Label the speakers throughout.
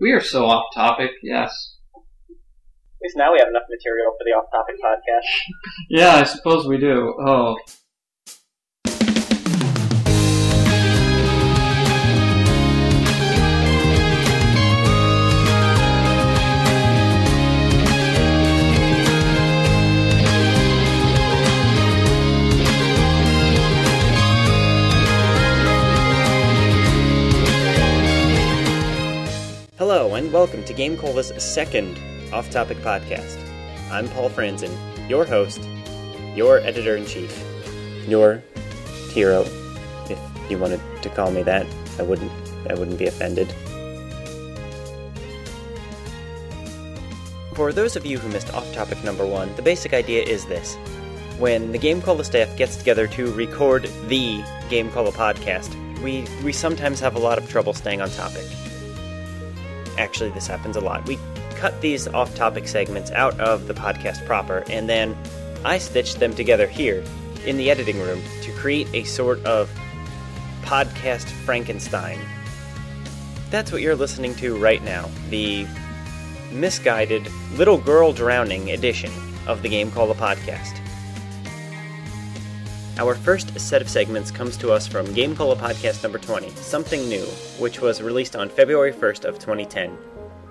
Speaker 1: We are so off topic, yes.
Speaker 2: At least now we have enough material for the off-topic podcast.
Speaker 1: Yeah, I suppose we do. Oh.
Speaker 3: Hello, and welcome to Game Cola's second off topic podcast. I'm Paul Franzen, your host, your editor in chief, your hero, if you wanted to call me that. I wouldn't I wouldn't be offended. For those of you who missed off topic number one, the basic idea is this. When the Game Cola staff gets together to record the Game Cola podcast, we, we sometimes have a lot of trouble staying on topic actually this happens a lot we cut these off-topic segments out of the podcast proper and then i stitch them together here in the editing room to create a sort of podcast frankenstein that's what you're listening to right now the misguided little girl drowning edition of the game call the podcast our first set of segments comes to us from Game Cola Podcast number 20, Something New, which was released on February 1st of 2010.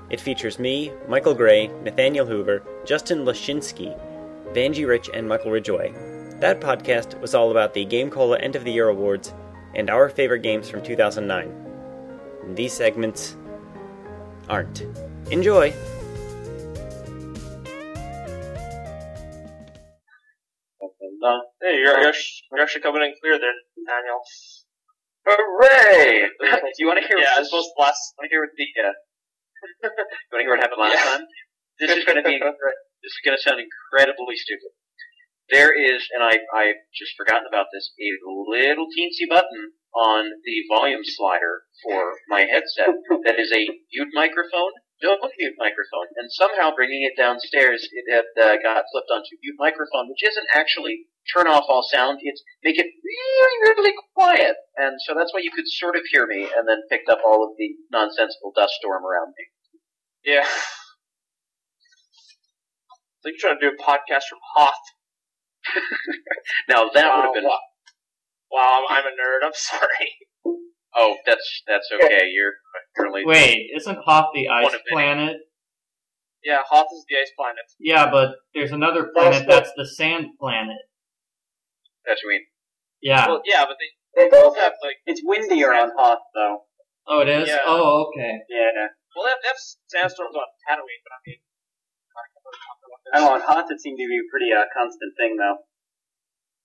Speaker 3: It features me, Michael Gray, Nathaniel Hoover, Justin Lashinsky, Vanjie Rich, and Michael Ridgway. That podcast was all about the Game Cola End of the Year Awards and our favorite games from 2009. These segments aren't. Enjoy!
Speaker 2: Uh, hey, you're, you're, sh- you're actually coming in clear there, Daniel.
Speaker 4: Hooray! Do you want to hear?
Speaker 2: Yeah,
Speaker 4: Yeah,
Speaker 2: I suppose last.
Speaker 4: want to hear what the. Uh, you want to hear what happened last
Speaker 2: Yeah.
Speaker 4: time? This is going to be. This is going to sound incredibly stupid. There is, and I I've just forgotten about this. A little teensy button on the volume slider for my headset that is a mute microphone, no mute microphone, and somehow bringing it downstairs, it had uh, got flipped onto mute microphone, which isn't actually turn off all sound. It's make it really, really quiet. And so that's why you could sort of hear me and then picked up all of the nonsensical dust storm around me.
Speaker 2: Yeah. Like trying to do a podcast from Hoth.
Speaker 4: Now that
Speaker 2: Wow,
Speaker 4: would have been,
Speaker 2: wow. Wow, I'm, I'm a nerd. I'm sorry.
Speaker 4: oh, that's, that's okay. You're apparently,
Speaker 1: Wait, isn't Hoth the ice
Speaker 4: One of many.
Speaker 1: planet?
Speaker 2: Yeah, Hoth is the ice planet.
Speaker 1: Yeah, but there's another
Speaker 5: That's
Speaker 1: planet that's the sand planet.
Speaker 4: that's mean.
Speaker 1: Yeah.
Speaker 2: Well, yeah, but they
Speaker 5: They
Speaker 2: both
Speaker 5: both
Speaker 2: have like
Speaker 5: It's windier on Hoth, though.
Speaker 1: Oh, it is?
Speaker 2: Yeah.
Speaker 1: Oh, okay.
Speaker 5: Yeah.
Speaker 2: well, they have, they have sandstorms on Tatooine, but I mean,
Speaker 5: I don't know, on Hoth it seemed to be a pretty uh, constant thing, though.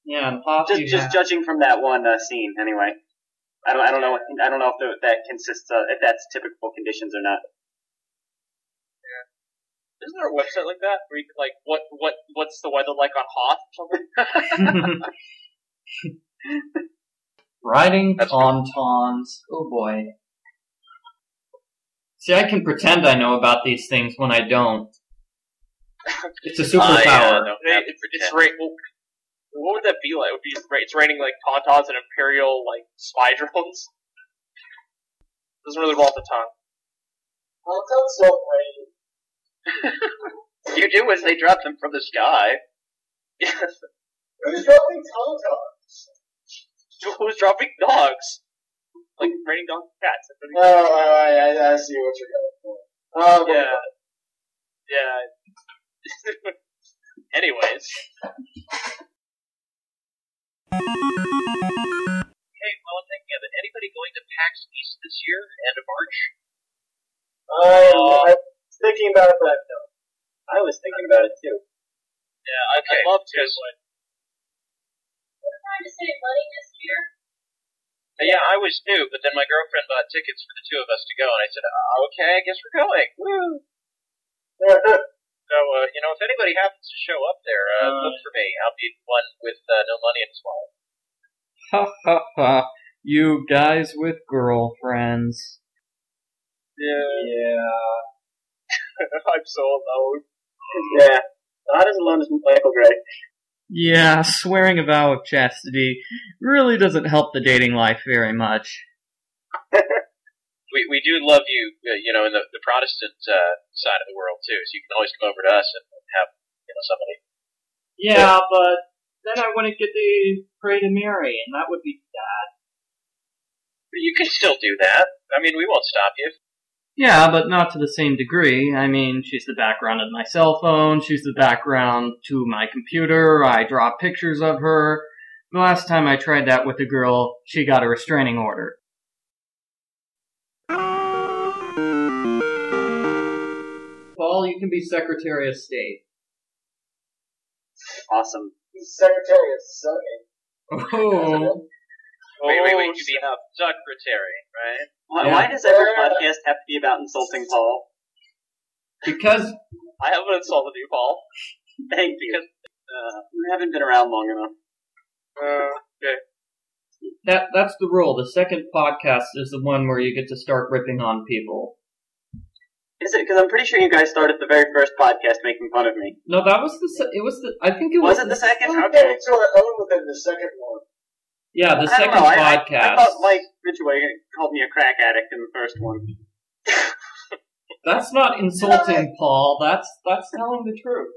Speaker 1: Yeah, and Hoth
Speaker 5: Just
Speaker 1: you
Speaker 5: just
Speaker 1: have-
Speaker 5: judging from that one uh, scene, anyway. I don't I don't know I don't know if tho- that consists uh, if that's typical conditions or not.
Speaker 2: isn't there a website like that where you could like what what what's the weather like on Hoth or something?
Speaker 1: Riding
Speaker 4: That's good.
Speaker 1: tauntauns. Oh boy. See, I can pretend I know about these things when I don't. It's a
Speaker 4: I, uh,
Speaker 1: superpower.
Speaker 4: don't
Speaker 2: They-
Speaker 4: have to
Speaker 2: it's, it's
Speaker 4: pretend.
Speaker 2: rain. Well, what would that be like? It would be ra- it's raining like tauntauns and imperial like spy drones. Doesn't really roll off the tongue.
Speaker 5: Hoth don't rain.
Speaker 4: You do as they drop them from the sky.
Speaker 5: Who's dropping Tonto?
Speaker 2: Who- Who's dropping dogs? Like raining dogs and cats.
Speaker 5: Oh, I, I, I see what you're going for. Um,
Speaker 2: Yeah. Yeah. Anyways.
Speaker 4: Hey, well, I'm thinking of it. Anybody going to PAX East this year, end of March?
Speaker 5: Um, I, I was thinking about that though. I was thinking about it too.
Speaker 2: Yeah, I,
Speaker 4: Okay,
Speaker 2: I'd love to.
Speaker 4: yes.
Speaker 2: but-
Speaker 6: trying to save money this year.
Speaker 4: Uh, Yeah, I was too, but then my girlfriend bought tickets for the two of us to go, and I said, "Ah, okay, I guess we're going. Woo! So, uh, you know, if anybody happens to show up there, uh,
Speaker 2: Uh,
Speaker 4: look for me. I'll be the one with uh, no money in his wallet.
Speaker 1: Ha ha ha. You guys with girlfriends.
Speaker 2: Yeah,
Speaker 5: yeah.
Speaker 2: I'm so alone.
Speaker 5: Yeah. Not as alone as Michael Gray.
Speaker 1: Yeah, swearing a vow of chastity really doesn't help the dating life very much.
Speaker 4: we we do love you, uh, you know, in the, the Protestant uh, side of the world too. So you can always come over to us and have you know somebody.
Speaker 1: Yeah, but then I wouldn't get to pray to Mary, and that would be sad.
Speaker 4: You can still do that. I mean, we won't stop you.
Speaker 1: Yeah, but not to the same degree. I mean, she's the background of my cell phone, she's the background to my computer, I draw pictures of her. The last time I tried that with a girl, she got a restraining order. Paul, you can be Secretary of State.
Speaker 5: Awesome.
Speaker 7: He's Secretary of Sucking.
Speaker 1: Oh,
Speaker 4: Wait, wait, wait. You mean
Speaker 7: Oh,
Speaker 4: secretary, right?
Speaker 5: Why,
Speaker 1: Yeah.
Speaker 5: why does every podcast have to be about insulting Paul?
Speaker 1: because
Speaker 2: I haven't insulted you, Paul.
Speaker 5: Thank you. Uh, you haven't been around long enough.
Speaker 2: Uh,
Speaker 1: that that's the rule. The second podcast is the one where you get to start ripping on people.
Speaker 5: Is it? Because I'm pretty sure you guys started the very first podcast making fun of me.
Speaker 1: No, that was the se- it was the I think it was,
Speaker 5: Was it the second?
Speaker 7: I'm
Speaker 5: Okay.
Speaker 7: getting to our own within the second one.
Speaker 1: yeah
Speaker 5: I
Speaker 1: the
Speaker 5: don't
Speaker 1: second
Speaker 5: know, I- I- I,
Speaker 1: podcast.
Speaker 5: thought Mike Ridgeway called me a crack addict in the first one.
Speaker 1: That's not insulting, Paul. That's that's telling the truth.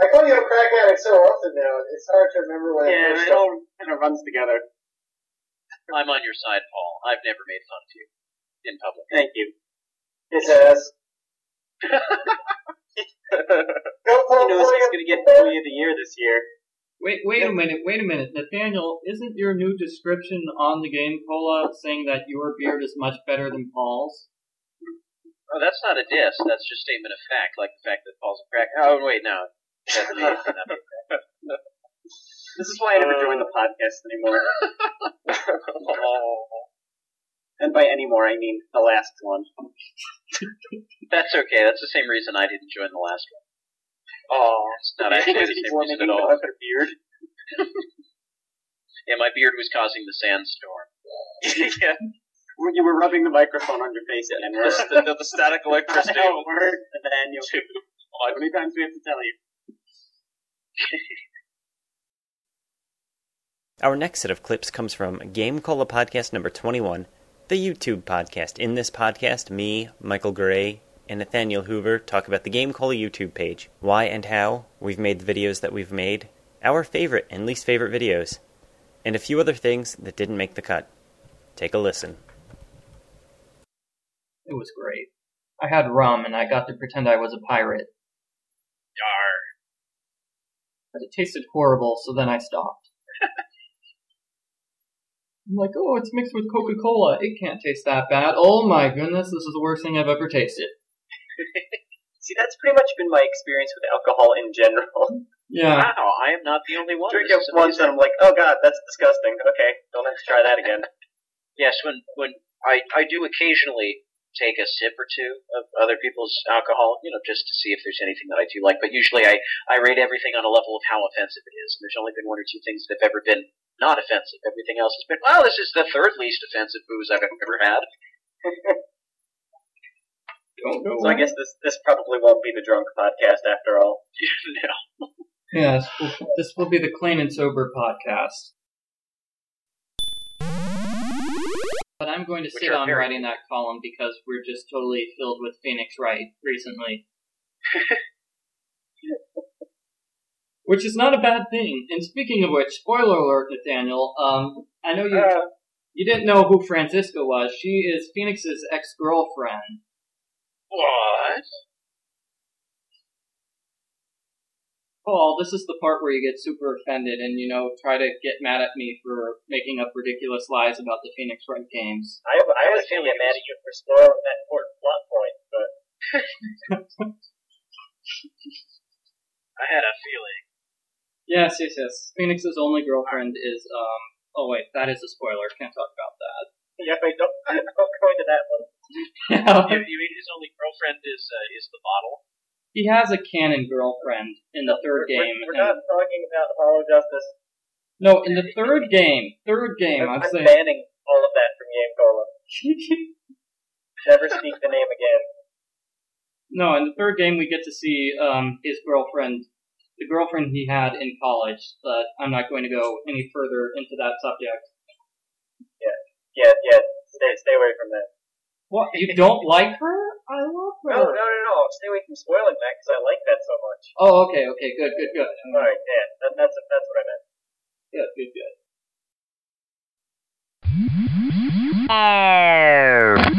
Speaker 7: I call you a crack addict so often now, it's hard to remember when I
Speaker 5: Yeah,
Speaker 7: first
Speaker 5: it all kind of runs together.
Speaker 4: I'm on your side, Paul. I've never made fun of you in public.
Speaker 5: Thank you.
Speaker 7: his ass. Go
Speaker 5: Who
Speaker 7: Paul
Speaker 5: knows he's
Speaker 7: Williams.
Speaker 5: going to get Employee of the Year this year?
Speaker 1: Wait, wait a minute, wait a minute, Nathaniel. Isn't your new description on the game Cola saying that your beard is much better than Paul's?
Speaker 4: Oh, that's not a diss. That's just statement of fact, like the fact that Paul's a crack. Oh, wait, no. That's an idiot.
Speaker 5: This is why I never join the podcast anymore.
Speaker 4: oh,
Speaker 5: And by anymore, I mean the last one.
Speaker 4: that's okay. That's the same reason I didn't join the last one. Oh, it's not actually the same reason at all.
Speaker 5: Their beard.
Speaker 4: Yeah, my beard was causing the sandstorm.
Speaker 5: yeah. When You were rubbing the microphone on your face again.
Speaker 4: The,
Speaker 5: right?
Speaker 4: the, the static
Speaker 5: That's
Speaker 4: electricity.
Speaker 5: how it works, Nathaniel. How many times do we have to tell you?
Speaker 3: Our next set of clips comes from Game Cola Podcast number 21, the YouTube podcast. In this podcast, me, Michael Gray, and Nathaniel Hoover talk about the Game Cola YouTube page, why and how we've made the videos that we've made, our favorite and least favorite videos, and a few other things that didn't make the cut. Take a listen.
Speaker 1: It was great. I had rum and I got to pretend I was a pirate.
Speaker 4: Yar.
Speaker 1: But it tasted horrible, so then I stopped. I'm like, oh, it's mixed with Coca Cola. It can't taste that bad. Oh my goodness, this is the worst thing I've ever tasted.
Speaker 5: See, that's pretty much been my experience with alcohol in general.
Speaker 1: Yeah.
Speaker 5: Ah.
Speaker 4: Wow, I am not the only one.
Speaker 5: Drink it
Speaker 4: This is
Speaker 5: once and I'm like, oh god, that's disgusting. Okay, don't have to try that again.
Speaker 4: Yes, when when I I do occasionally take a sip or two of other people's alcohol, you know, just to see if there's anything that I do like. But usually, I I rate everything on a level of how offensive it is. And there's only been one or two things that have ever been not offensive. Everything else has been well. This is the third least offensive booze I've ever had.
Speaker 1: Don't know
Speaker 5: So I guess this this probably won't be the drunk podcast after all.
Speaker 4: no.
Speaker 1: Yes, this will be the Clean and Sober podcast. But I'm going to
Speaker 4: Which
Speaker 1: sit
Speaker 4: are
Speaker 1: on
Speaker 4: very-
Speaker 1: writing that column because we're just totally filled with Phoenix Wright recently. which is not a bad thing. And speaking of which, spoiler alert, Nathaniel, um, I know you
Speaker 4: Uh.
Speaker 1: you didn't know who Francisca was. She is Phoenix's ex girlfriend.
Speaker 4: What?
Speaker 1: Paul, this is the part where you get super offended and, you know, try to get mad at me for making up ridiculous lies about the Phoenix Wright games.
Speaker 7: I, I was going to get mad at you for spoiling that important plot point, but
Speaker 4: I had a feeling.
Speaker 1: Yes, yes, yes. Phoenix's only girlfriend is, um, oh wait, that is a spoiler. Can't talk about that.
Speaker 7: yeah, I don't, I'm not going to that one.
Speaker 1: Yeah.
Speaker 4: you mean his only girlfriend is uh, is the model?
Speaker 1: he has a canon girlfriend in the third game.
Speaker 7: We're, we're
Speaker 1: and-
Speaker 7: not talking about Hollow Justice.
Speaker 1: no, in the third game. Third game, I'm,
Speaker 7: I'm, I'm
Speaker 1: saying.
Speaker 7: banning all of that from Game Cola. Never speak the name again.
Speaker 1: no, in the third game we get to see, um, his girlfriend, the girlfriend he had in college, but I'm not going to go any further into that subject.
Speaker 7: Yeah, yeah. Stay, stay away from that.
Speaker 1: What? You don't like her? Oh, I love her.
Speaker 7: No, no, no, no. Stay away from spoiling that because I like that so much.
Speaker 1: Oh, okay, okay, good, good, good.
Speaker 7: All right, yeah, that, that's that's what I meant.
Speaker 1: Good, good, good.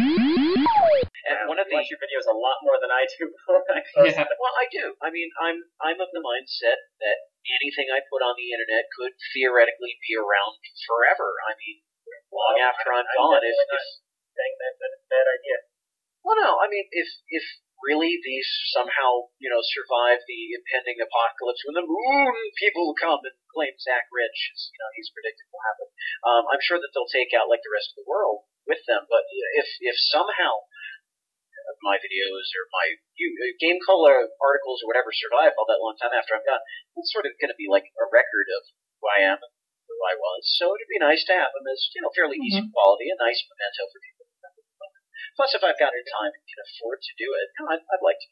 Speaker 4: And
Speaker 7: And
Speaker 4: one of the
Speaker 7: watch your videos a lot more than I do. before I post
Speaker 1: Yeah.
Speaker 7: them.
Speaker 4: Well, I do. I mean, I'm I'm of the mindset that anything I put on the internet could theoretically be around forever. I mean, long
Speaker 7: Well,
Speaker 4: after I'm
Speaker 7: I'm
Speaker 4: gone. If,
Speaker 7: definitely
Speaker 4: if
Speaker 7: Saying that, that it's a bad idea.
Speaker 4: well, no, I mean, if if really these somehow you know survive the impending apocalypse when the moon people come and claim Zach Rich, is, you know, he's predicted will happen. Um, I'm sure that they'll take out like the rest of the world with them. But if if somehow my videos or my you, uh, game color articles or whatever survive all that long time after I'm gone, it's sort of going to be like a record of who I am and who I was. So it'd be nice to have them as you know fairly decent
Speaker 7: Mm-hmm.
Speaker 4: quality, a nice memento for people. to remember. Plus, if I've got the time and can afford to do it, you know, I'd, I'd like to.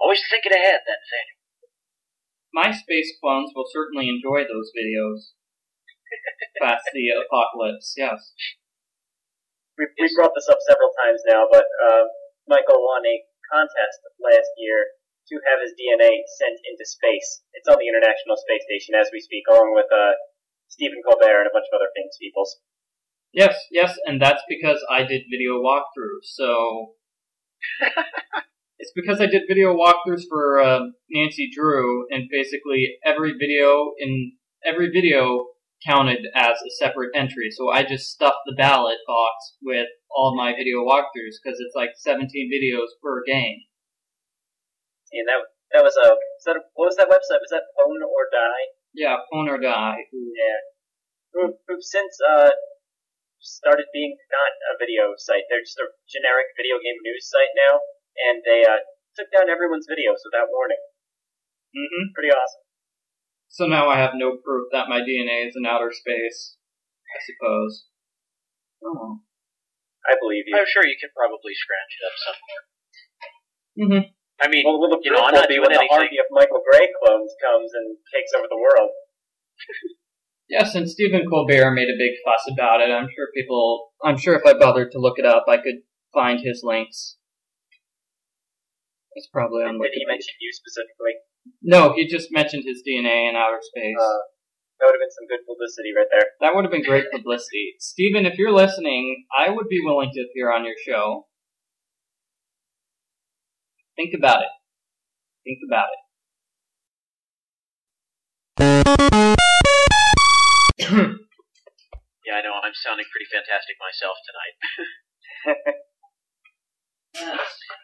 Speaker 4: Always thinking ahead, that thing.
Speaker 1: MySpace clones will certainly enjoy those videos. Past the apocalypse, yes.
Speaker 7: We we brought this up several times now, but uh, Michael won a contest last year to have his DNA sent into space. It's on the International Space Station as we speak, along with uh, Stephen Colbert and a bunch of other famous people.
Speaker 1: Yes, yes, and that's because I did video walkthroughs, so. it's because I did video walkthroughs for uh, Nancy Drew, and basically every video in every video counted as a separate entry. So I just stuffed the ballot box with all my video walkthroughs because it's like 17 videos per game.
Speaker 7: And that that was a was that a, what was that website? Was that Phone or Die?
Speaker 1: Yeah, phone or die.
Speaker 7: Yeah. Who who since uh started being not a video site. They're just a generic video game news site now, and they uh, took down everyone's videos without warning.
Speaker 1: hmm
Speaker 7: Pretty awesome.
Speaker 1: So now I have no proof that my DNA is in outer space, I suppose. Oh.
Speaker 7: I believe you.
Speaker 4: I'm sure you can probably scratch it up somewhere.
Speaker 1: Mhm.
Speaker 4: I mean,
Speaker 7: Well, well the
Speaker 4: You know,
Speaker 7: proof
Speaker 4: I'm
Speaker 7: will
Speaker 4: not
Speaker 7: be
Speaker 4: doing
Speaker 7: when the
Speaker 4: anything.
Speaker 7: army of Michael Gray clones comes and takes over the world.
Speaker 1: Yes, and Stephen Colbert made a big fuss about it. I'm sure people, I'm sure if I bothered to look it up, I could find his links. It's probably on
Speaker 7: Did he
Speaker 1: Wikipedia.
Speaker 7: mention you specifically?
Speaker 1: No, he just mentioned his DNA in outer space.
Speaker 7: Uh, that would have been some good publicity right there.
Speaker 1: that would have been great publicity. Stephen, if you're listening, I would be willing to appear on your show. Think about it. Think about it.
Speaker 4: yeah, I know I'm sounding pretty fantastic myself tonight.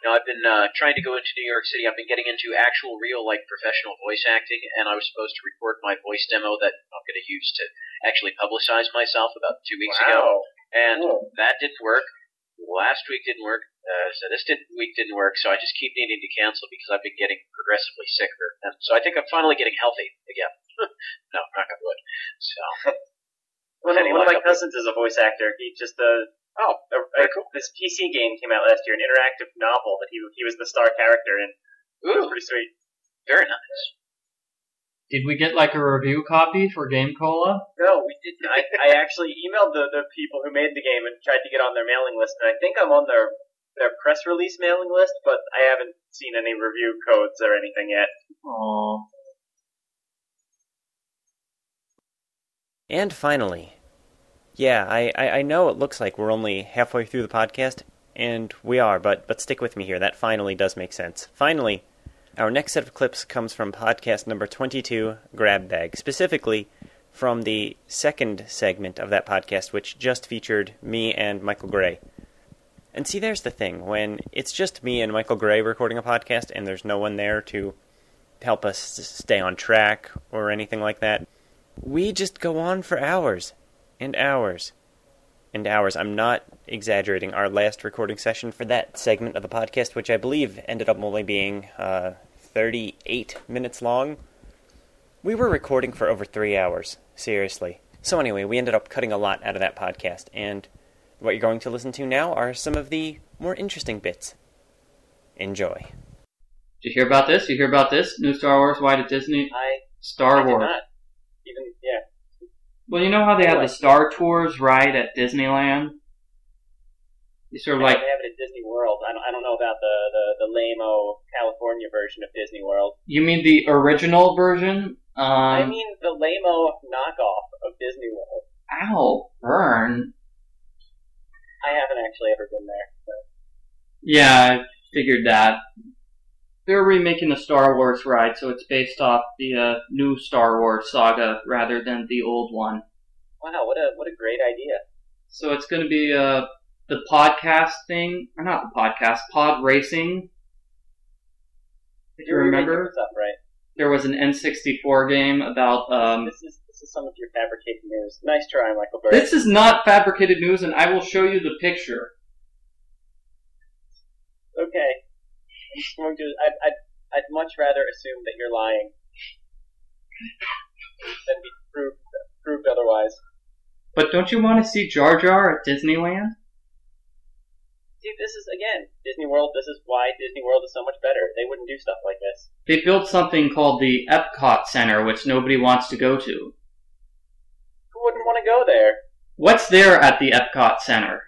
Speaker 4: No, I've been uh, trying to go into New York City. I've been getting into actual, real, like professional voice acting, and I was supposed to record my voice demo that I'm going to use to actually publicize myself about two weeks ago.
Speaker 7: Wow.
Speaker 4: and
Speaker 7: Cool.
Speaker 4: that didn't work. Last week didn't work, uh, so this did, week didn't work. So I just keep needing to cancel because I've been getting progressively sicker, and so I think I'm finally getting healthy again. no, knock on wood. So
Speaker 7: One, of-
Speaker 4: Kenny
Speaker 7: one of my
Speaker 4: Loggins.
Speaker 7: cousins is a voice actor. He just uh,
Speaker 4: Oh,
Speaker 7: a, a, this PC game came out last year, an interactive novel that he he was the star character in. It was
Speaker 4: ooh,
Speaker 7: pretty sweet.
Speaker 4: very nice.
Speaker 1: Did we get like a review copy for Game Cola?
Speaker 7: No, we didn't. I, I actually emailed the, the people who made the game and tried to get on their mailing list, and I think I'm on their their press release mailing list, but I haven't seen any review codes or anything yet.
Speaker 1: Aww.
Speaker 3: And finally, yeah, I, I, I know it looks like we're only halfway through the podcast, and we are, but, but stick with me here. That finally does make sense. Finally, our next set of clips comes from podcast number 22, Grab Bag, specifically from the second segment of that podcast, which just featured me and Michael Gray. And see, there's the thing when it's just me and Michael Gray recording a podcast, and there's no one there to help us s- stay on track or anything like that we just go on for hours and hours and hours. I'm not exaggerating. Our last recording session for that segment of the podcast, which I believe ended up only being uh, 38 minutes long, we were recording for over three hours. Seriously. So, anyway, we ended up cutting a lot out of that podcast, and what you're going to listen to now are some of the more interesting bits. Enjoy.
Speaker 1: Did you hear about this? You hear about this? New Star Wars, why did Disney?
Speaker 4: I, I
Speaker 1: Star
Speaker 4: did
Speaker 1: Wars.
Speaker 4: not.
Speaker 7: Even yeah,
Speaker 1: Well, you know how they have the Star Tours ride at Disneyland? You sort of
Speaker 7: And
Speaker 1: like,
Speaker 7: they have it at Disney World. I don't, I don't know about the the, the lame-o California version of Disney World.
Speaker 1: you mean the original version? Um,
Speaker 7: I mean the lame-o knockoff of Disney World.
Speaker 1: ow, burn.
Speaker 7: I haven't actually ever been there. So.
Speaker 1: Yeah, I figured that. They're remaking the Star Wars ride, so it's based off the uh, new Star Wars saga rather than the old one.
Speaker 7: Wow, what a what a great idea.
Speaker 1: So it's going to be uh, the podcast thing, or not the podcast, pod racing. If you
Speaker 7: You're making
Speaker 1: remember,
Speaker 7: this up, right?
Speaker 1: there was an N64 game about. Um,
Speaker 7: This is this is some of your fabricated news. Nice try, Michael Bird.
Speaker 1: this is not fabricated news, and I will show you the picture.
Speaker 7: Okay. I'm just going to. I'd, I'd, I'd much rather assume that you're lying than be proved, proved otherwise.
Speaker 1: But don't you want to see Jar Jar at Disneyland?
Speaker 7: See, this is again Disney World. This is why Disney World is so much better. They wouldn't do stuff like this.
Speaker 1: They built something called the Epcot Center, which nobody wants to go to.
Speaker 7: Who wouldn't want to go there?
Speaker 1: What's there at the Epcot Center?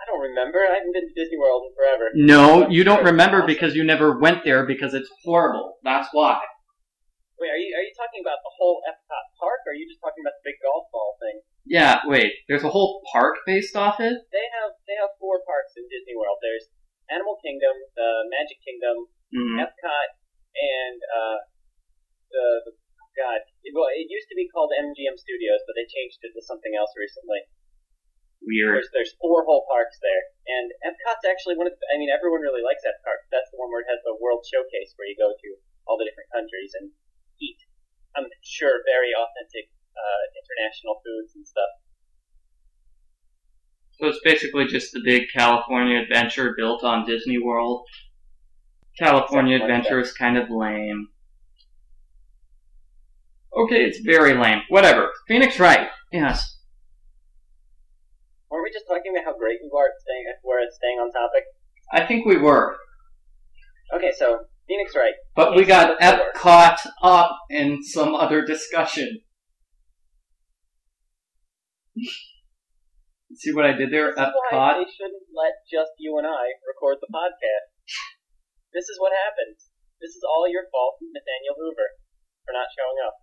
Speaker 7: I don't remember. I haven't been to Disney World in forever.
Speaker 1: No, you don't remember because you never went there because it's horrible. That's why.
Speaker 7: Wait, are you are you talking about the whole Epcot park, or are you just talking about the big golf ball thing?
Speaker 1: Yeah, wait. There's a whole park based off it?
Speaker 7: They have they have four parks in Disney World. There's Animal Kingdom, the Magic Kingdom,
Speaker 1: Mm.
Speaker 7: Epcot and uh, the, the God, it, well, it used to be called MGM Studios, but they changed it to something else recently.
Speaker 1: Weird.
Speaker 7: There's there's four whole parks there, and Epcot's actually one of. The, I mean, everyone really likes Epcot. That's the one where it has the World Showcase, where you go to all the different countries and eat. I'm sure very authentic uh, international foods and stuff.
Speaker 1: So it's basically just the big California adventure built on Disney World. California
Speaker 7: Something like
Speaker 1: adventure is kind of lame. Okay, it's very lame. Whatever. Phoenix Wright. Yes.
Speaker 7: Weren't we just talking about how great you are at staying, where it's staying on topic?
Speaker 1: I think we were.
Speaker 7: Okay, so Phoenix Wright.
Speaker 1: But we got
Speaker 7: Yes, we were.
Speaker 1: Epcot up in some other discussion. See what I did there?
Speaker 7: This is
Speaker 1: Epcot.
Speaker 7: why they shouldn't let just you and I record the podcast. This is what happens. This is all your fault, Nathaniel Hoover, for not showing up.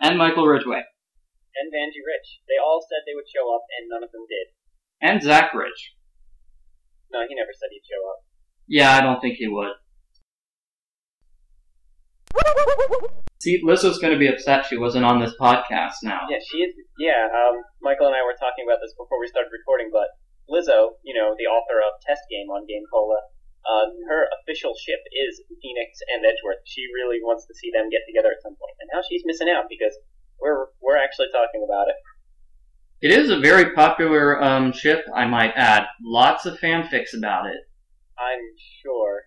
Speaker 1: And Michael Ridgway.
Speaker 7: And Vanjie Rich. They all said they would show up, and none of them did.
Speaker 1: And Zach Rich.
Speaker 7: No, he never said he'd show up.
Speaker 1: Yeah, I don't think he would. See, Lissa's gonna be upset she wasn't on this podcast now.
Speaker 7: Yeah, she is. Yeah, um, Michael and I were talking about this before we started recording, but Lizzo, you know, the author of Test Game on Game Cola, uh, her official ship is Phoenix and Edgeworth. She really wants to see them get together at some point, and now she's missing out because we're we're actually talking about it.
Speaker 1: It is a very popular um, ship, I might add. Lots of fanfics about it.
Speaker 7: I'm sure.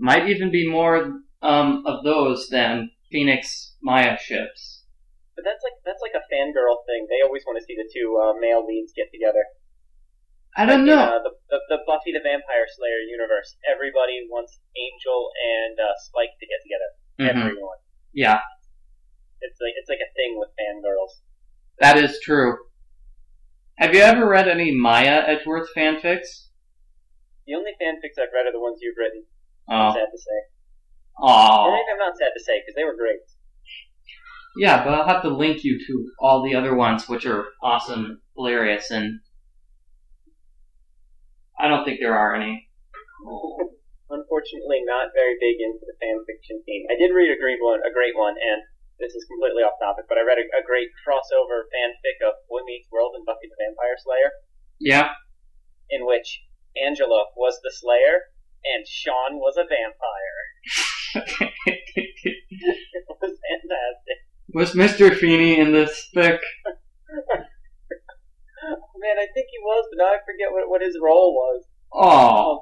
Speaker 1: Might even be more um, of those than Phoenix Maya ships.
Speaker 7: But that's like that's like a fangirl thing. They always want to see the two uh, male leads get together.
Speaker 1: I don't
Speaker 7: Like in,
Speaker 1: know.
Speaker 7: uh, the, the the Buffy the Vampire Slayer universe. Everybody wants Angel and uh, Spike to get together.
Speaker 1: Mhm.
Speaker 7: Everyone.
Speaker 1: Yeah,
Speaker 7: It's like it's like a thing with fangirls.
Speaker 1: that is true. Have you ever read any Maya Edgeworth fanfics?
Speaker 7: The only fanfics I've read are the ones you've written. I'm
Speaker 1: Oh,
Speaker 7: sad to say.
Speaker 1: Aw.
Speaker 7: And I'm not sad to say because they were great.
Speaker 1: Yeah, but I'll have to link you to all the other ones, which are awesome, hilarious, and I don't think there are any.
Speaker 7: Unfortunately, not very big into the fanfiction scene. I did read a great one, a great one, and this is completely off topic, but I read a, a great crossover fanfic of Boy Meets World and Buffy the Vampire Slayer.
Speaker 1: Yeah,
Speaker 7: in which Angela was the Slayer and Sean was a vampire. It was fantastic.
Speaker 1: was Mr. Feeney in this thick?
Speaker 7: Man, I think he was, but now I forget what, what his role was.
Speaker 1: Oh,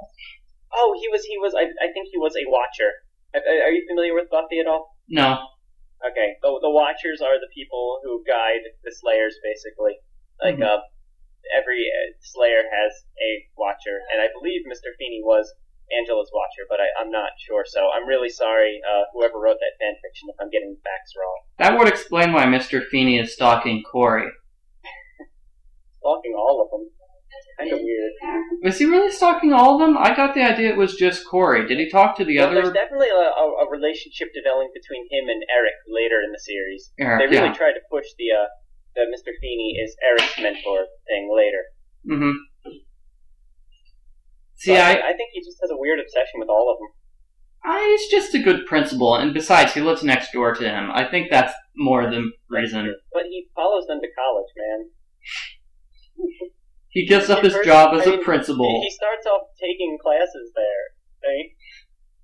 Speaker 7: Oh, he was, he was, I, I think he was a Watcher. I, I- are you familiar with Buffy at all?
Speaker 1: no.
Speaker 7: Okay, the, the Watchers are the people who guide the Slayers, basically. Like,
Speaker 1: Mhm.
Speaker 7: uh, every uh, Slayer has a Watcher, and I believe Mr. Feeney was Angela's Watcher, but I, I'm not sure, so I'm really sorry, uh, whoever wrote that fanfiction if I'm getting the facts wrong.
Speaker 1: That would explain why Mr. Feeney is stalking Corey.
Speaker 7: Stalking all of them. Kind of weird.
Speaker 1: Is he really stalking all of them? I got the idea it was just Corey. Did he talk to the
Speaker 7: Well,
Speaker 1: other
Speaker 7: there's definitely a, a, a relationship developing between him and Eric later in the series.
Speaker 1: Eric?
Speaker 7: They really
Speaker 1: yeah.
Speaker 7: tried to push the uh, the Mr. Feeney is Eric's mentor thing later.
Speaker 1: hmm See,
Speaker 7: But
Speaker 1: I,
Speaker 7: I think he just has a weird obsession with all of them.
Speaker 1: I, he's just a good principal, and besides, he lives next door to him. I think that's more the reason.
Speaker 7: But he follows them to college, man.
Speaker 1: He gives up his
Speaker 7: First,
Speaker 1: job as
Speaker 7: I
Speaker 1: a
Speaker 7: mean,
Speaker 1: principal.
Speaker 7: He starts off taking classes there. Right?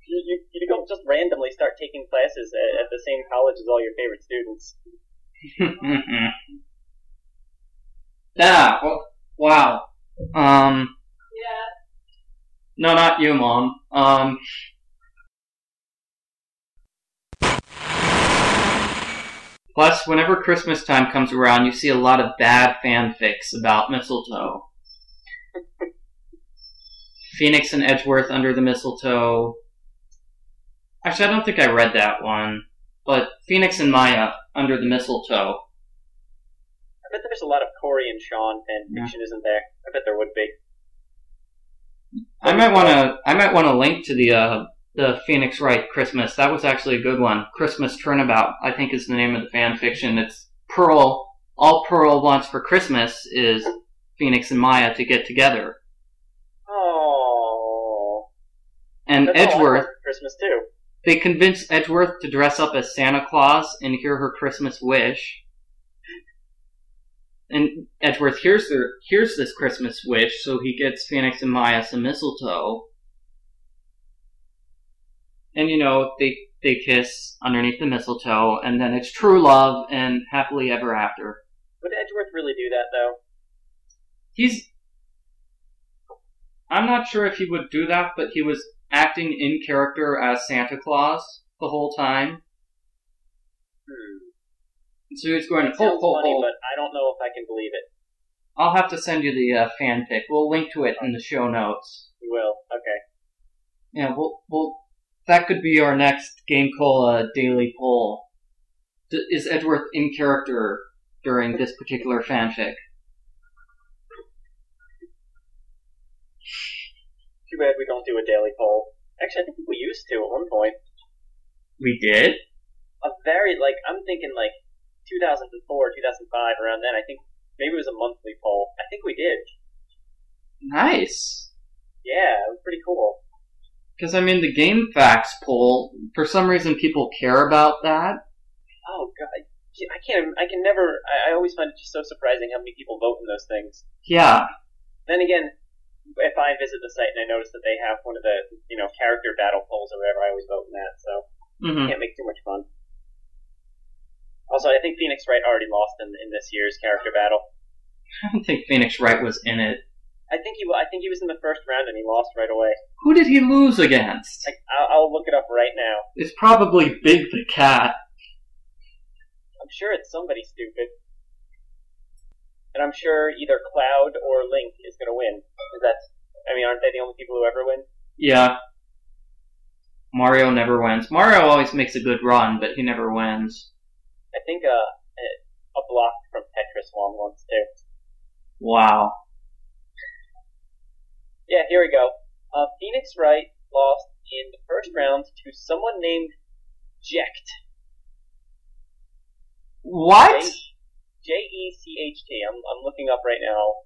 Speaker 7: You, you, you don't just randomly start taking classes at, at the same college as all your favorite students.
Speaker 1: yeah, well, wow. Um,
Speaker 6: Yeah.
Speaker 1: no, not you, Mom. Um, plus, whenever Christmas time comes around, you see a lot of bad fanfics about mistletoe. Phoenix and Edgeworth under the mistletoe. Actually, I don't think I read that one, but Phoenix and Maya under the mistletoe.
Speaker 7: I bet there's a lot of Corey and Sean fan
Speaker 1: Yeah.
Speaker 7: fiction, isn't there? I bet there would be.
Speaker 1: I might want to. I might want to link to the uh, the Phoenix Wright Christmas. That was actually a good one. Christmas Turnabout, I think, is the name of the fan fiction. It's Pearl. All Pearl wants for Christmas is Phoenix and Maya to get together,
Speaker 7: Oh,
Speaker 1: and Edgeworth.
Speaker 7: Christmas too.
Speaker 1: They convince Edgeworth to dress up as Santa Claus and hear her Christmas wish. And Edgeworth hears their hears this Christmas wish, so he gets Phoenix and Maya some mistletoe. And you know, they they kiss underneath the mistletoe, and then it's true love and happily ever after.
Speaker 7: Would Edgeworth really do that though?
Speaker 1: He's I'm not sure if he would do that, but he was acting in character as Santa Claus the whole time.
Speaker 7: Hmm.
Speaker 1: So he's going, ho,
Speaker 7: Sounds
Speaker 1: ho,
Speaker 7: funny,
Speaker 1: ho.
Speaker 7: but I don't know if I can believe it.
Speaker 1: I'll have to send you the uh, fanfic. We'll link to it in the show notes.
Speaker 7: You will. Okay.
Speaker 1: Yeah, we'll, we'll, that could be our next Game Cola daily poll. D- is Edgeworth in character during this particular fanfic?
Speaker 7: Too bad we don't do a daily poll. Actually, I think we used to at one point.
Speaker 1: We did?
Speaker 7: A very like I'm thinking like 2004, 2005, around then. I think maybe it was a monthly poll. I think we did.
Speaker 1: Nice.
Speaker 7: Yeah, it was pretty cool.
Speaker 1: Because, I mean, the Game Facts poll, for some reason people care about that.
Speaker 7: Oh god, I can't. I can never. I, I always find it just so surprising how many people vote in those things.
Speaker 1: Yeah.
Speaker 7: Then again, if I visit the site and I notice that they have one of the you know character battle polls or whatever, I always vote in that. So
Speaker 1: hmm
Speaker 7: can't make too much fun. Also, I think Phoenix Wright already lost in, in this year's character battle.
Speaker 1: I don't think Phoenix Wright was in it.
Speaker 7: I think he wa- I think he was in the first round and he lost right away.
Speaker 1: Who did he lose against?
Speaker 7: I, I'll, I'll look it up right now.
Speaker 1: It's probably Big the Cat.
Speaker 7: I'm sure it's somebody stupid, and I'm sure either Cloud or Link is going to win. 'Cause That's I mean, aren't they the only people who ever win?
Speaker 1: Yeah. Mario never wins. Mario always makes a good run, but he never wins.
Speaker 7: I think uh, a block from Tetris won once too.
Speaker 1: Wow.
Speaker 7: Yeah, here we go. Uh, Phoenix Wright lost in the first round to someone named Ject.
Speaker 1: What?
Speaker 7: J E C H T. I'm I'm looking up right now.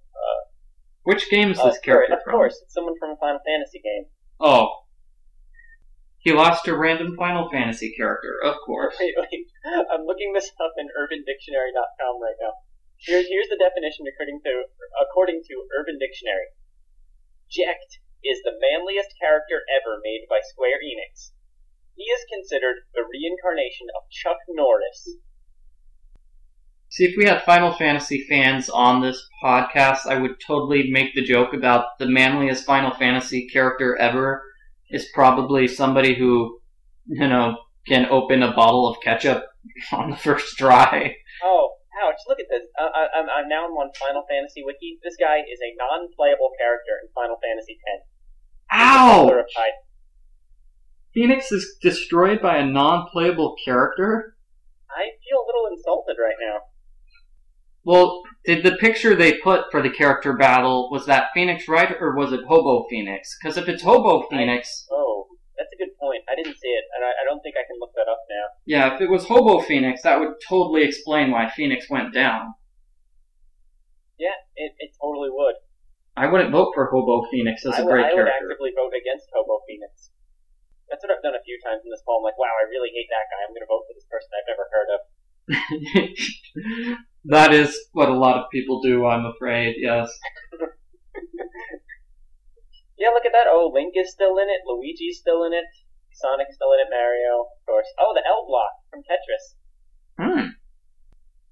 Speaker 1: Which game is this
Speaker 7: Uh,
Speaker 1: character
Speaker 7: of
Speaker 1: from?
Speaker 7: course, it's someone from a Final Fantasy game.
Speaker 1: Oh. He lost to random Final Fantasy character, of course.
Speaker 7: Wait, wait. I'm looking this up in UrbanDictionary.com right now. Here's here's the definition according to according to Urban Dictionary. Ject is the manliest character ever made by Square Enix. He is considered the reincarnation of Chuck Norris.
Speaker 1: See, if we had Final Fantasy fans on this podcast, I would totally make the joke about the manliest Final Fantasy character ever is probably somebody who, you know, can open a bottle of ketchup on the first try.
Speaker 7: Oh, ouch! Look at this. Uh, I, I'm, I'm now I'm on Final Fantasy Wiki. This guy is a non-playable character in Final Fantasy X.
Speaker 1: Ow!
Speaker 7: Glorified.
Speaker 1: Phoenix is destroyed by a non-playable character?
Speaker 7: I feel a little insulted right now.
Speaker 1: Well, did the picture they put for the character battle was that Phoenix Wright or was it Hobo Phoenix? Because if it's Hobo Phoenix,
Speaker 7: Oh, that's a good point. I didn't see it, and I, I don't think I can look that up now.
Speaker 1: yeah, if it was Hobo Phoenix, that would totally explain why Phoenix went down.
Speaker 7: Yeah, it, it totally would.
Speaker 1: I wouldn't vote for Hobo Phoenix as
Speaker 7: I
Speaker 1: a
Speaker 7: would,
Speaker 1: great
Speaker 7: I would
Speaker 1: character.
Speaker 7: actively vote against Hobo Phoenix. That's what I've done a few times in this fall. I'm like, wow, I really hate that guy. I'm going to vote for this person I've never heard of.
Speaker 1: that is what a lot of people do, I'm afraid. Yes.
Speaker 7: Yeah, look at that. Oh, Link is still in it. Luigi's still in it. Sonic's still in it. Mario, of course. Oh, the L block from Tetris.
Speaker 1: Hmm.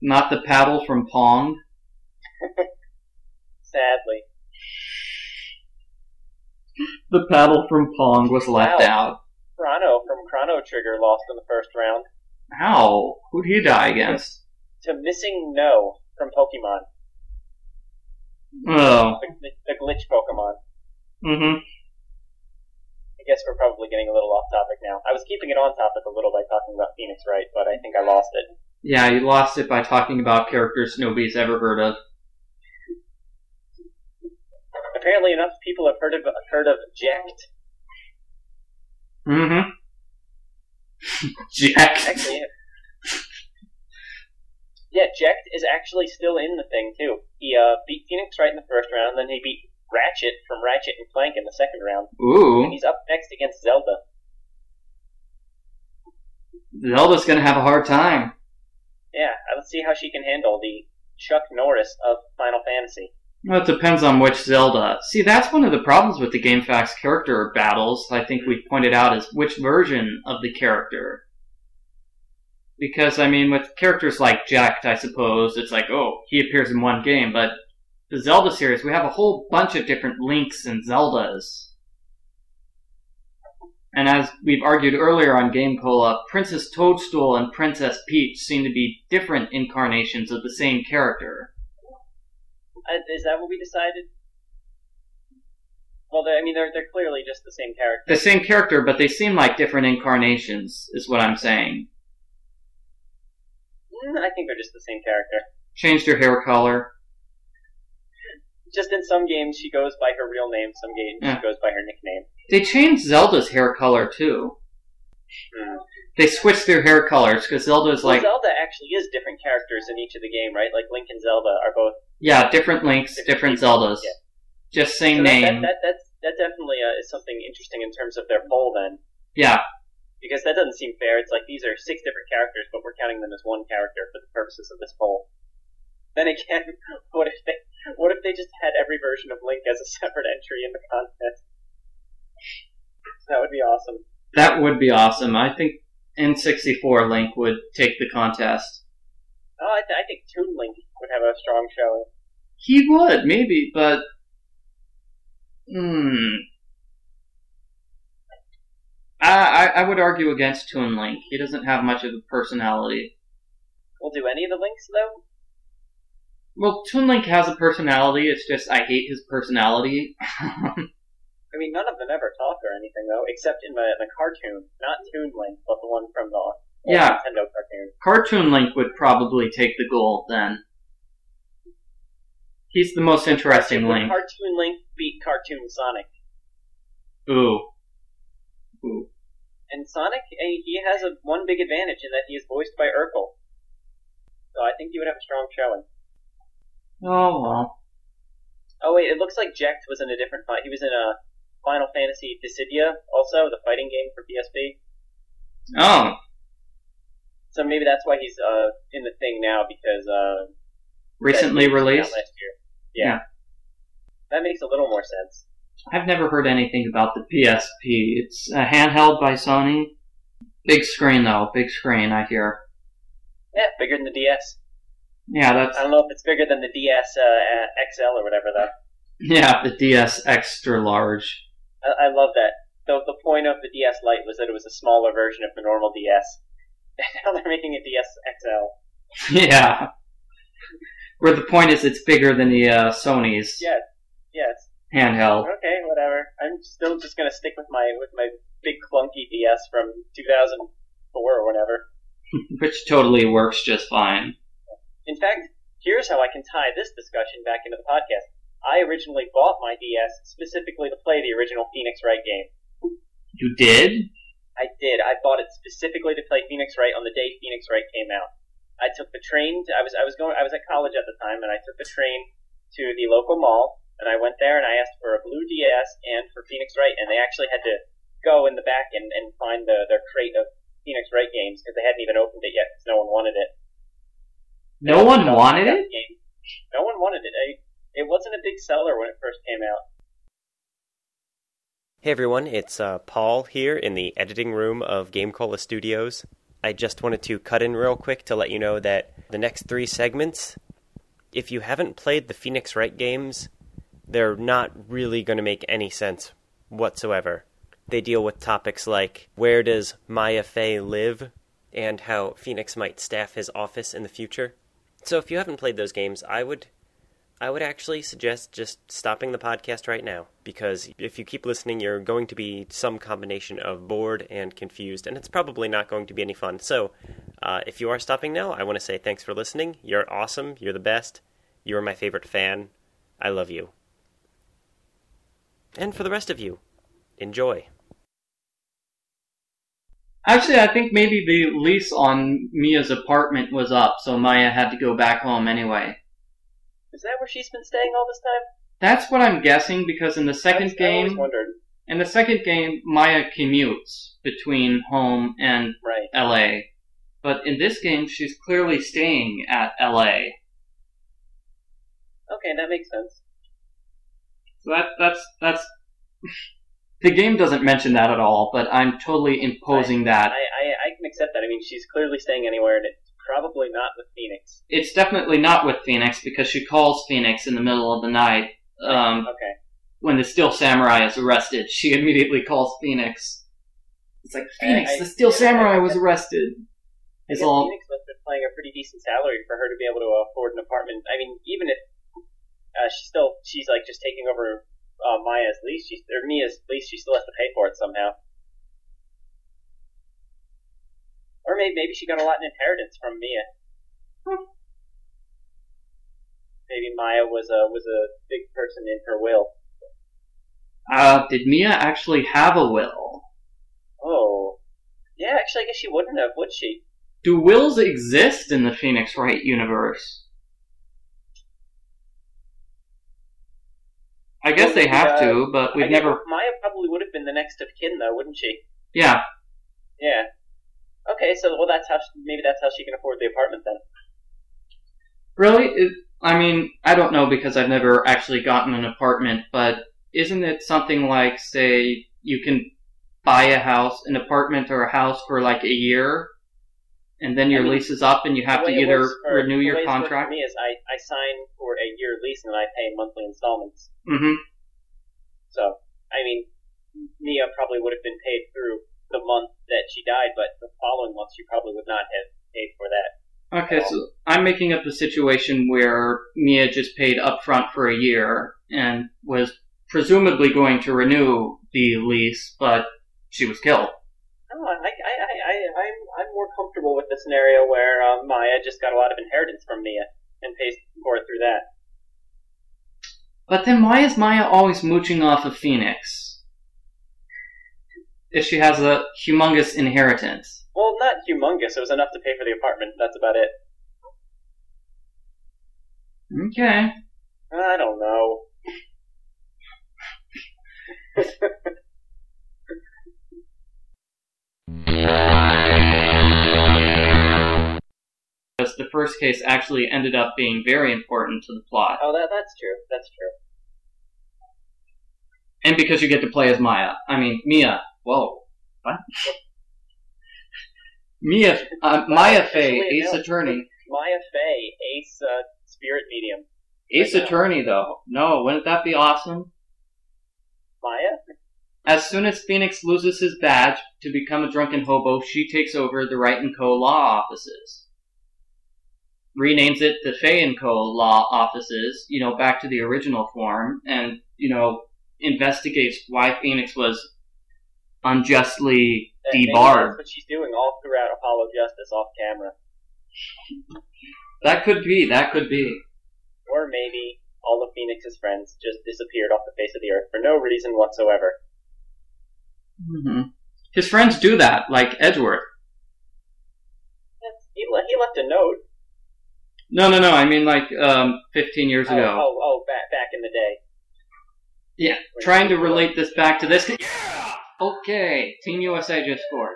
Speaker 1: Not the paddle from Pong.
Speaker 7: Sadly.
Speaker 1: The paddle from Pong was left
Speaker 7: Wow.
Speaker 1: out.
Speaker 7: Chrono from Chrono Trigger lost in the first round
Speaker 1: How? Who'd he die against?
Speaker 7: to Missing No from Pokemon,
Speaker 1: Oh.
Speaker 7: the, the, the glitch Pokemon.
Speaker 1: Mm-hmm.
Speaker 7: I guess we're probably getting a little off topic now. I was keeping it on topic a little by talking about Phoenix Wright, but I think I lost it.
Speaker 1: Yeah, you lost it by talking about characters nobody's ever heard of.
Speaker 7: Apparently, enough people have heard of heard of Ject.
Speaker 1: Mm-hmm. Jack.
Speaker 7: Actually, yeah. yeah, Ject is actually still in the thing too. He uh, beat Phoenix Wright in the first round, then he beat Ratchet from Ratchet and Clank in the second round. And
Speaker 1: Ooh.
Speaker 7: he's up next against Zelda.
Speaker 1: Zelda's gonna have a hard time.
Speaker 7: Yeah, let's see how she can handle the Chuck Norris of Final Fantasy.
Speaker 1: Well, it depends on which Zelda. See, that's one of the problems with the GameFAQs character battles, I think we pointed out, is which version of the character. Because, I mean, with characters like Jack, I suppose, it's like, oh, he appears in one game, but the Zelda series, we have a whole bunch of different Links and Zeldas. And as we've argued earlier on Game Cola, Princess Toadstool and Princess Peach seem to be different incarnations of the same character.
Speaker 7: Uh, is that what we decided? Well, they- I mean, they're they're clearly just the same character.
Speaker 1: the same character, but they seem like different incarnations, is what I'm saying.
Speaker 7: Mm, I think they're just the same character.
Speaker 1: Changed her hair color.
Speaker 7: Just in some games, she goes by her real name. Some games,
Speaker 1: Yeah.
Speaker 7: she goes by her nickname.
Speaker 1: They changed Zelda's hair color too.
Speaker 7: Hmm.
Speaker 1: They switched their hair colors because Zelda's
Speaker 7: Well,
Speaker 1: like,
Speaker 7: Zelda actually is different characters in each of the game, right? Like Link and Zelda are both.
Speaker 1: yeah, different links, different Zeldas.
Speaker 7: Yeah.
Speaker 1: Just same
Speaker 7: so that,
Speaker 1: name.
Speaker 7: That, that, that's, that definitely uh, is something interesting in terms of their poll then,
Speaker 1: yeah,
Speaker 7: because that doesn't seem fair. It's like these are six different characters, but we're counting them as one character for the purposes of this poll. Then again, what if they what if they just had every version of Link as a separate entry in the contest? That would be awesome.
Speaker 1: that would be awesome. I think N64 Link would take the contest.
Speaker 7: Oh, I, th- I think Toon Link would have a strong showing.
Speaker 1: He would, maybe, but. Hmm. I, I, I would argue against Toon Link. He doesn't have much of a personality.
Speaker 7: Well, do any of the Links though?
Speaker 1: Well, Toon Link has a personality, it's just I hate his personality.
Speaker 7: I mean, none of them ever talk or anything though, except in the the cartoon, not Toon Link, but the one from the old
Speaker 1: Yeah.
Speaker 7: Nintendo cartoon.
Speaker 1: Cartoon Link would probably take the gold then. He's the most interesting
Speaker 7: Would
Speaker 1: Link.
Speaker 7: Cartoon Link beat Cartoon Sonic,
Speaker 1: Ooh. Ooh.
Speaker 7: and Sonic eh, he has a one big advantage in that he is voiced by Urkel. So I think he would have a strong showing.
Speaker 1: Oh well.
Speaker 7: Oh wait, it looks like Jekt was in a different fight. He was in a Final Fantasy Dissidia, also the fighting game for PSP.
Speaker 1: Oh.
Speaker 7: So maybe that's why he's uh, in the thing now because uh, that
Speaker 1: Recently
Speaker 7: game came out
Speaker 1: released?
Speaker 7: last year. yeah, that makes a little more sense.
Speaker 1: I've never heard anything about the PSP. It's a handheld by Sony. Big screen though, big screen. I hear.
Speaker 7: Yeah, bigger than the DS.
Speaker 1: Yeah,
Speaker 7: I
Speaker 1: that's
Speaker 7: don't know if it's bigger than the DS uh, uh, XL or whatever though.
Speaker 1: yeah. The DS extra large.
Speaker 7: I, I love that. The, the point of the DS Lite was that it was a smaller version of the normal DS. now they're making a DS XL.
Speaker 1: yeah. Where the point is, it's bigger than the uh, Sony's
Speaker 7: Yes, yes.
Speaker 1: handheld.
Speaker 7: Okay, whatever. I'm still just gonna stick with my with my big clunky DS from 2004 or whatever.
Speaker 1: which totally works just fine.
Speaker 7: In fact, Here's how I can tie this discussion back into the podcast. I originally bought my DS specifically to play the original Phoenix Wright game.
Speaker 8: You did?
Speaker 7: I did. I bought it specifically to play Phoenix Wright on the day Phoenix Wright came out. I took the train. To, I was I was going. I was at college at the time, and I took the train to the local mall. And I went there and I asked for a blue DS and for Phoenix Wright, and they actually had to go in the back and, and find the, their crate of Phoenix Wright games because they hadn't even opened it yet because no one wanted it.
Speaker 1: No one wanted
Speaker 7: That
Speaker 1: it?
Speaker 7: game. No one wanted it. I, it wasn't a big seller when it first came out.
Speaker 3: Hey everyone, it's uh, Paul here in the editing room of Game Cola Studios. I just wanted to cut in real quick to let you know that the next three segments, if you haven't played the Phoenix Wright games, they're not really going to make any sense whatsoever. They deal with topics like where does Maya Fey live and how Phoenix might staff his office in the future. So if you haven't played those games, I would I would actually suggest just stopping the podcast right now because if you keep listening, you're going to be some combination of bored and confused, and it's probably not going to be any fun. So, uh, if you are stopping now, I want to say thanks for listening. You're awesome. You're the best. You're my favorite fan. I love you. And for the rest of you, enjoy.
Speaker 1: Actually, I think maybe the lease on Mia's apartment was up, so Maya had to go back home anyway.
Speaker 7: Is that where she's been staying all this time?
Speaker 1: That's what I'm guessing because in the second
Speaker 7: I, I always
Speaker 1: game,
Speaker 7: wondered.
Speaker 1: in the second game, Maya commutes between home and
Speaker 7: Right.
Speaker 1: LA. But in this game, she's clearly staying at LA.
Speaker 7: Okay, that makes sense.
Speaker 1: So that, that's, that's, the game doesn't mention that at all, but I'm totally imposing
Speaker 7: I,
Speaker 1: that.
Speaker 7: I, I can accept that. I mean, she's clearly staying anywhere, and it's probably not with Phoenix.
Speaker 1: It's definitely not with Phoenix because she calls Phoenix in the middle of the night, um,
Speaker 7: Okay.
Speaker 1: when the Steel Samurai is arrested, she immediately calls Phoenix. It's like Phoenix,
Speaker 7: I-
Speaker 1: the Steel
Speaker 7: yeah,
Speaker 1: Samurai
Speaker 7: I-
Speaker 1: was arrested.
Speaker 7: I
Speaker 1: It's
Speaker 7: guess
Speaker 1: all
Speaker 7: Phoenix must have been playing a pretty decent salary for her to be able to afford an apartment. I mean, even if uh, she's still, she's like just taking over uh, Maya's lease, she, or Mia's lease, she still has to pay for it somehow. Or maybe, maybe she got a lot in inheritance from Mia.
Speaker 1: Hmm.
Speaker 7: Maybe Maya was a was a big person in her will.
Speaker 1: uh, did Mia actually have a will?
Speaker 7: Oh, yeah. Actually, I guess she wouldn't have, would she?
Speaker 1: Do wills exist in the Phoenix Wright universe? I guess they have to, but
Speaker 7: uh, I
Speaker 1: we've
Speaker 7: guess
Speaker 1: never.
Speaker 7: Maya probably would have been the next of kin, though, wouldn't she?
Speaker 1: Yeah,
Speaker 7: Yeah. Okay, so well, that's how she, maybe that's how she can afford the apartment then.
Speaker 1: really. It, I mean, I don't know because I've never actually gotten an apartment, but isn't it something like, say, you can buy a house, an apartment or a house for like a year, and then your
Speaker 7: I mean,
Speaker 1: lease is up and you have
Speaker 7: The
Speaker 1: to
Speaker 7: way it
Speaker 1: either
Speaker 7: works for-
Speaker 1: renew
Speaker 7: the
Speaker 1: your
Speaker 7: way it's worked
Speaker 1: contract?
Speaker 7: For me is I, I sign for a year lease and then I pay monthly installments.
Speaker 1: hmm
Speaker 7: So I mean, Mia probably would have been paid through the month that she died, but the following month she probably would not have paid for that.
Speaker 1: Okay, so I'm making up the situation where Mia just paid upfront for a year and was presumably going to renew the lease, but she was killed.
Speaker 7: No, I, I, I, I, I'm, I'm more comfortable with the scenario where uh, Maya just got a lot of inheritance from Mia and pays for it through that.
Speaker 1: But then why is Maya always mooching off of Phoenix? If she has a humongous inheritance.
Speaker 7: Well, not humongous. It was enough to pay for the apartment. That's about it.
Speaker 1: Okay.
Speaker 7: I don't know.
Speaker 1: because the first case actually ended up being very important to the plot,
Speaker 7: Oh, that that's true. That's true.
Speaker 1: and because you get to play as Maya. I mean, Mia. Whoa, what? Mia, uh, Maya Fey,
Speaker 7: Officially
Speaker 1: Ace
Speaker 7: announced.
Speaker 1: Attorney.
Speaker 7: Maya Fey, Ace uh, Spirit Medium.
Speaker 1: Ace
Speaker 7: Right now.
Speaker 1: Attorney, though. No, wouldn't that be awesome?
Speaker 7: Maya?
Speaker 1: As soon as Phoenix loses his badge to become a drunken hobo, she takes over the Wright and Co. law offices. Renames it the Fey and Co. law offices, you know, back to the original form, and, you know, investigates why Phoenix was unjustly
Speaker 7: That- maybe
Speaker 1: debarred.
Speaker 7: That's what she's doing all throughout Apollo Justice off camera.
Speaker 8: That could be. That could be.
Speaker 7: Or maybe all of Phoenix's friends just disappeared off the face of the earth for no reason whatsoever.
Speaker 1: hmm His friends do that, like Edgeworth.
Speaker 7: That's, he, le- he left a note.
Speaker 1: No, no, no. I mean, like um, 15 years
Speaker 7: Oh,
Speaker 1: ago.
Speaker 7: oh, oh, back, back in the day.
Speaker 1: Yeah, trying to relate this back to this. Yeah! Okay, Team USA just scored.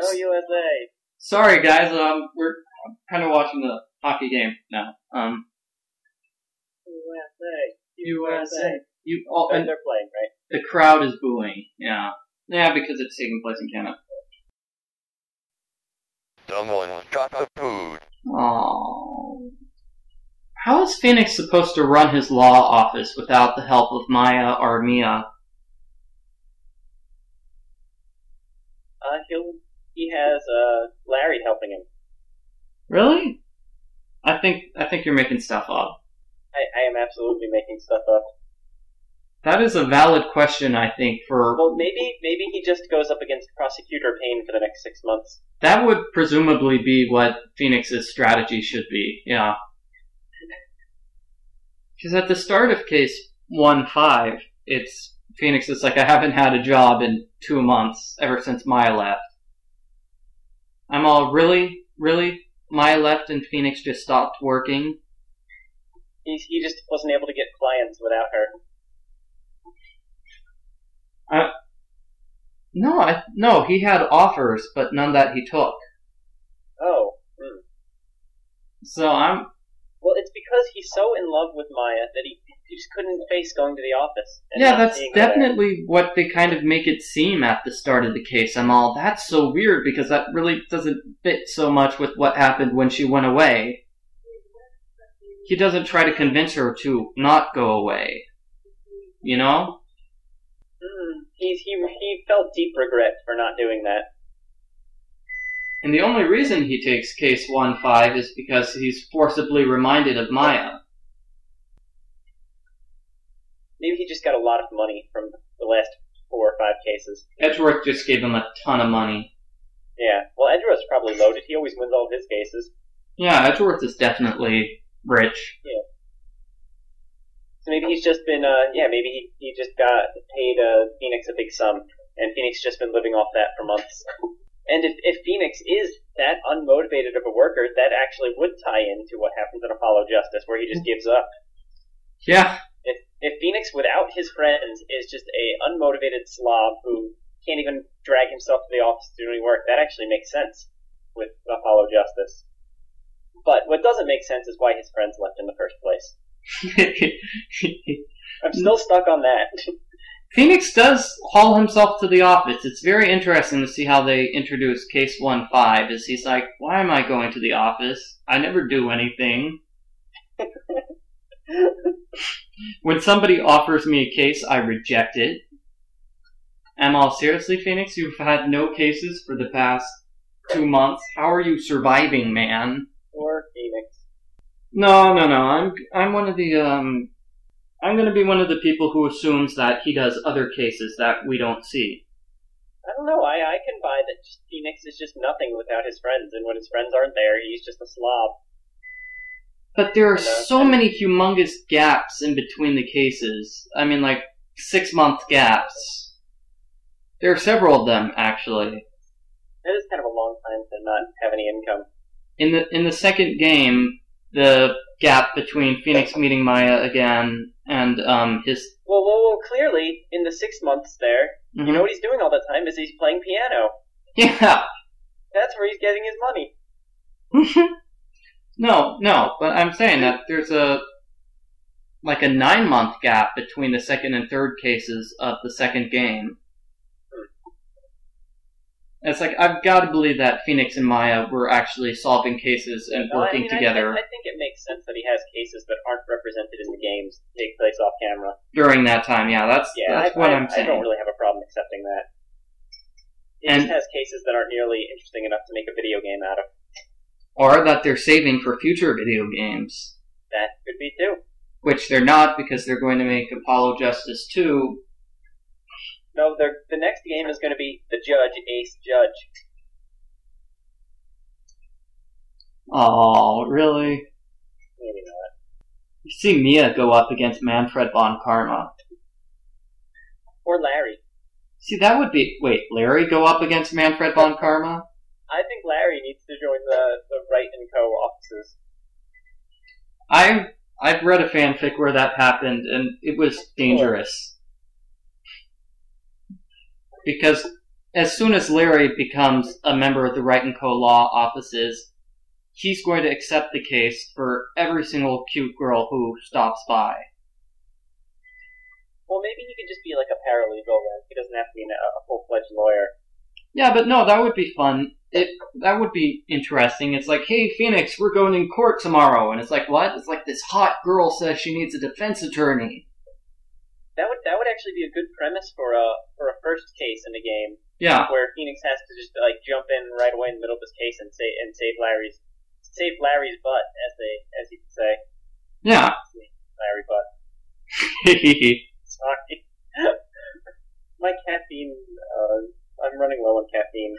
Speaker 7: Go USA!
Speaker 1: Sorry, guys. Um, we're kind of watching the hockey game now. Um,
Speaker 7: USA!
Speaker 1: You all,
Speaker 7: They're,
Speaker 1: and
Speaker 7: they're playing, right?
Speaker 1: the crowd is booing. Yeah, yeah, because it's taking place in Canada.
Speaker 9: Someone shot a food.
Speaker 1: Oh. How is Phoenix supposed to run his law office without the help of Maya or Mia?
Speaker 7: Uh, he'll, he has uh, Larry helping him.
Speaker 1: Really? I think I think you're making stuff up.
Speaker 7: I, I am absolutely making stuff up.
Speaker 1: That is a valid question, I think, for
Speaker 7: Well, maybe maybe he just goes up against Prosecutor Payne for the next six months.
Speaker 1: That would presumably be what Phoenix's strategy should be, yeah. Because at the start of case 1 5, it's Phoenix is like, I haven't had a job in two months ever since Maya left. I'm all, really? Really? Maya left and Phoenix just stopped working?
Speaker 7: He he just wasn't able to get clients without her.
Speaker 1: No, I, no, he had offers, but none that he took.
Speaker 7: Oh, hmm.
Speaker 1: So I'm,
Speaker 7: well, it's because he's so in love with Maya that he, he just couldn't face going to the office. and
Speaker 1: Yeah,
Speaker 7: not
Speaker 1: that's
Speaker 7: seeing her there.
Speaker 1: definitely what they kind of make it seem at the start of the case. I'm all, that's so weird because that really doesn't fit so much with what happened when she went away. He doesn't try to convince her to not go away. You know?
Speaker 7: Hmm. He's he he felt deep regret for not doing that.
Speaker 1: And the only reason he takes case 1 5 is because he's forcibly reminded of Maya.
Speaker 7: Maybe he just got a lot of money from the last four or five cases.
Speaker 1: Edgeworth just gave him a ton of money.
Speaker 7: Yeah. Well, Edro's probably loaded. He always wins all of his cases.
Speaker 1: Yeah, Edgeworth is definitely rich.
Speaker 7: So maybe he's just been, uh, yeah, maybe he, he just got paid uh, Phoenix a big sum, and Phoenix just been living off that for months. and if, if Phoenix is that unmotivated of a worker, that actually would tie into what happens in Apollo Justice, where he just gives up.
Speaker 1: Yeah,
Speaker 7: If, if Phoenix, without his friends, is just a unmotivated slob who can't even drag himself to the office to do any work, that actually makes sense with Apollo Justice. But what doesn't make sense is why his friends left in the first place. I'm still stuck on that.
Speaker 1: Phoenix does haul himself to the office. It's very interesting to see how they introduce Case 1-5, is he's like, why am I going to the office? I never do anything. when somebody offers me a case, I reject it. Am all seriously, Phoenix? You've had no cases for the past two months. How are you surviving, man?
Speaker 7: Or Phoenix.
Speaker 1: No, no, no. I'm I'm one of the um I'm going to be one of the people who assumes that he does other cases that we don't see.
Speaker 7: I don't know. I I can buy that just Phoenix is just nothing without his friends, and when his friends aren't there, he's just a slob.
Speaker 1: But there are
Speaker 7: Yeah.
Speaker 1: so many humongous gaps in between the cases. I mean like 6 month gaps. There are several of them actually.
Speaker 7: That is kind of a long time to not have any income.
Speaker 1: In the in the second game, the gap between Phoenix meeting Maya again and um his
Speaker 7: Well, well, well. Clearly, in the six months there, you know what he's doing all the time is he's playing piano.
Speaker 1: Yeah.
Speaker 7: That's where he's getting his money.
Speaker 1: no, no, but I'm saying that there's a like a nine month gap between the second and third cases of the second game. It's like I've got to believe that Phoenix and Maya were actually solving cases and
Speaker 7: Well, I
Speaker 1: working
Speaker 7: mean, I-
Speaker 1: together
Speaker 7: I, I think it makes sense that he has cases that aren't represented in the games that take place off camera.
Speaker 1: during that time. Yeah, that's
Speaker 7: Yeah,
Speaker 1: that's
Speaker 7: I,
Speaker 1: what
Speaker 7: I,
Speaker 1: am saying.
Speaker 7: I don't really have a problem accepting that. He
Speaker 1: And-
Speaker 7: just has cases that aren't nearly interesting enough to make a video game out of.
Speaker 1: Or that they're saving for future video games,
Speaker 7: That could be too.
Speaker 1: which they're not because they're going to make Apollo Justice two.
Speaker 7: No, the the next game is going to be the Judge Ace Judge.
Speaker 1: Oh, really?
Speaker 7: Maybe not.
Speaker 1: You see Mia go up against Manfred von Karma.
Speaker 7: Or Larry.
Speaker 1: See, that would be. Wait, Larry go up against Manfred von Karma?
Speaker 7: I think Larry needs to join the, the Wright and Co. offices.
Speaker 1: I I've read a fanfic where that happened, and it was dangerous because as soon as Larry becomes a member of the Wright and Co. Law offices, he's going to accept the case for every single cute girl who stops by.
Speaker 7: Well, maybe he could just be like a paralegal then. He doesn't have to be a, a full fledged lawyer.
Speaker 1: Yeah, but no, that would be fun. It that would be interesting. It's like, hey, Phoenix, we're going in court tomorrow, and it's like, what? It's like this hot girl says she needs a defense attorney.
Speaker 7: That would that would actually be a good premise for a for a first case in the game
Speaker 1: Yeah,
Speaker 7: where Phoenix has to just like jump in right away in the middle of this case and say and save Larry's save Larry's butt as they as he would say
Speaker 1: yeah.
Speaker 7: Larry butt. Sorry, my caffeine. Uh, I'm running low on caffeine.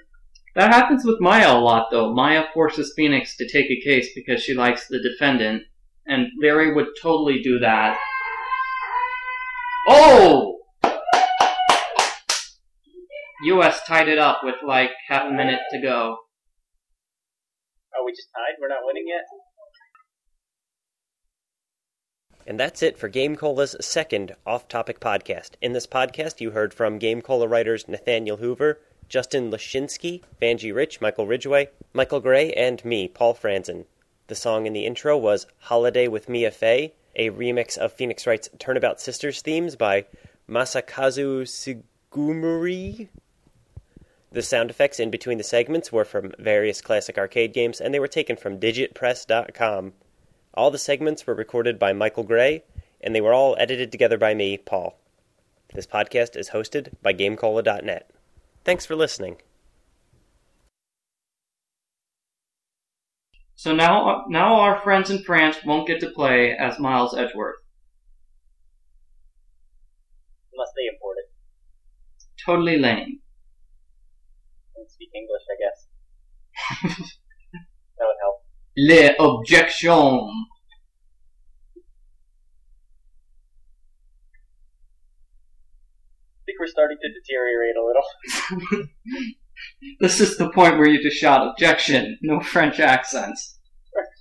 Speaker 1: That happens with Maya a lot, though. Maya forces Phoenix to take a case because she likes the defendant, and Larry would totally do that. Oh! US tied it up with like half a minute to go.
Speaker 7: Are we just tied? We're not winning yet.
Speaker 3: And that's it for Game Cola's second off topic podcast. In this podcast, you heard from Game Cola writers Nathaniel Hoover, Justin Lashinsky, Vanjie Rich, Michael Ridgway, Michael Gray, and me, Paul Franzen. The song in the intro was Holiday with Mia Fey, a remix of Phoenix Wright's Turnabout Sisters themes by Masakazu Sugumuri. The sound effects in between the segments were from various classic arcade games, and they were taken from digitpress.com. All the segments were recorded by Michael Gray, and they were all edited together by me, Paul. This podcast is hosted by GameCola.net. Thanks for listening.
Speaker 1: So now, uh, now our friends in France won't get to play as Miles Edgeworth.
Speaker 7: Unless they import it
Speaker 1: Totally lame.
Speaker 7: and speak English, I guess. that would help.
Speaker 1: Les objections.
Speaker 7: I think we're starting to deteriorate a little.
Speaker 1: This is the point where you just shout objection. No French accents.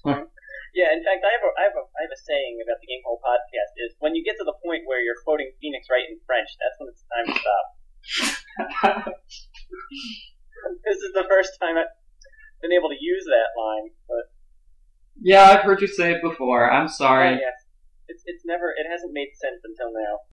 Speaker 7: Yeah, in fact, I have a, I have a, I have a saying about the Game Hole podcast is when you get to the point where you're quoting Phoenix right in French, that's when it's time to stop. this is the first time I've been able to use that line, but
Speaker 1: Yeah, I've heard you say it before. I'm sorry.
Speaker 7: yeah, it's, it's never, it hasn't made sense until now.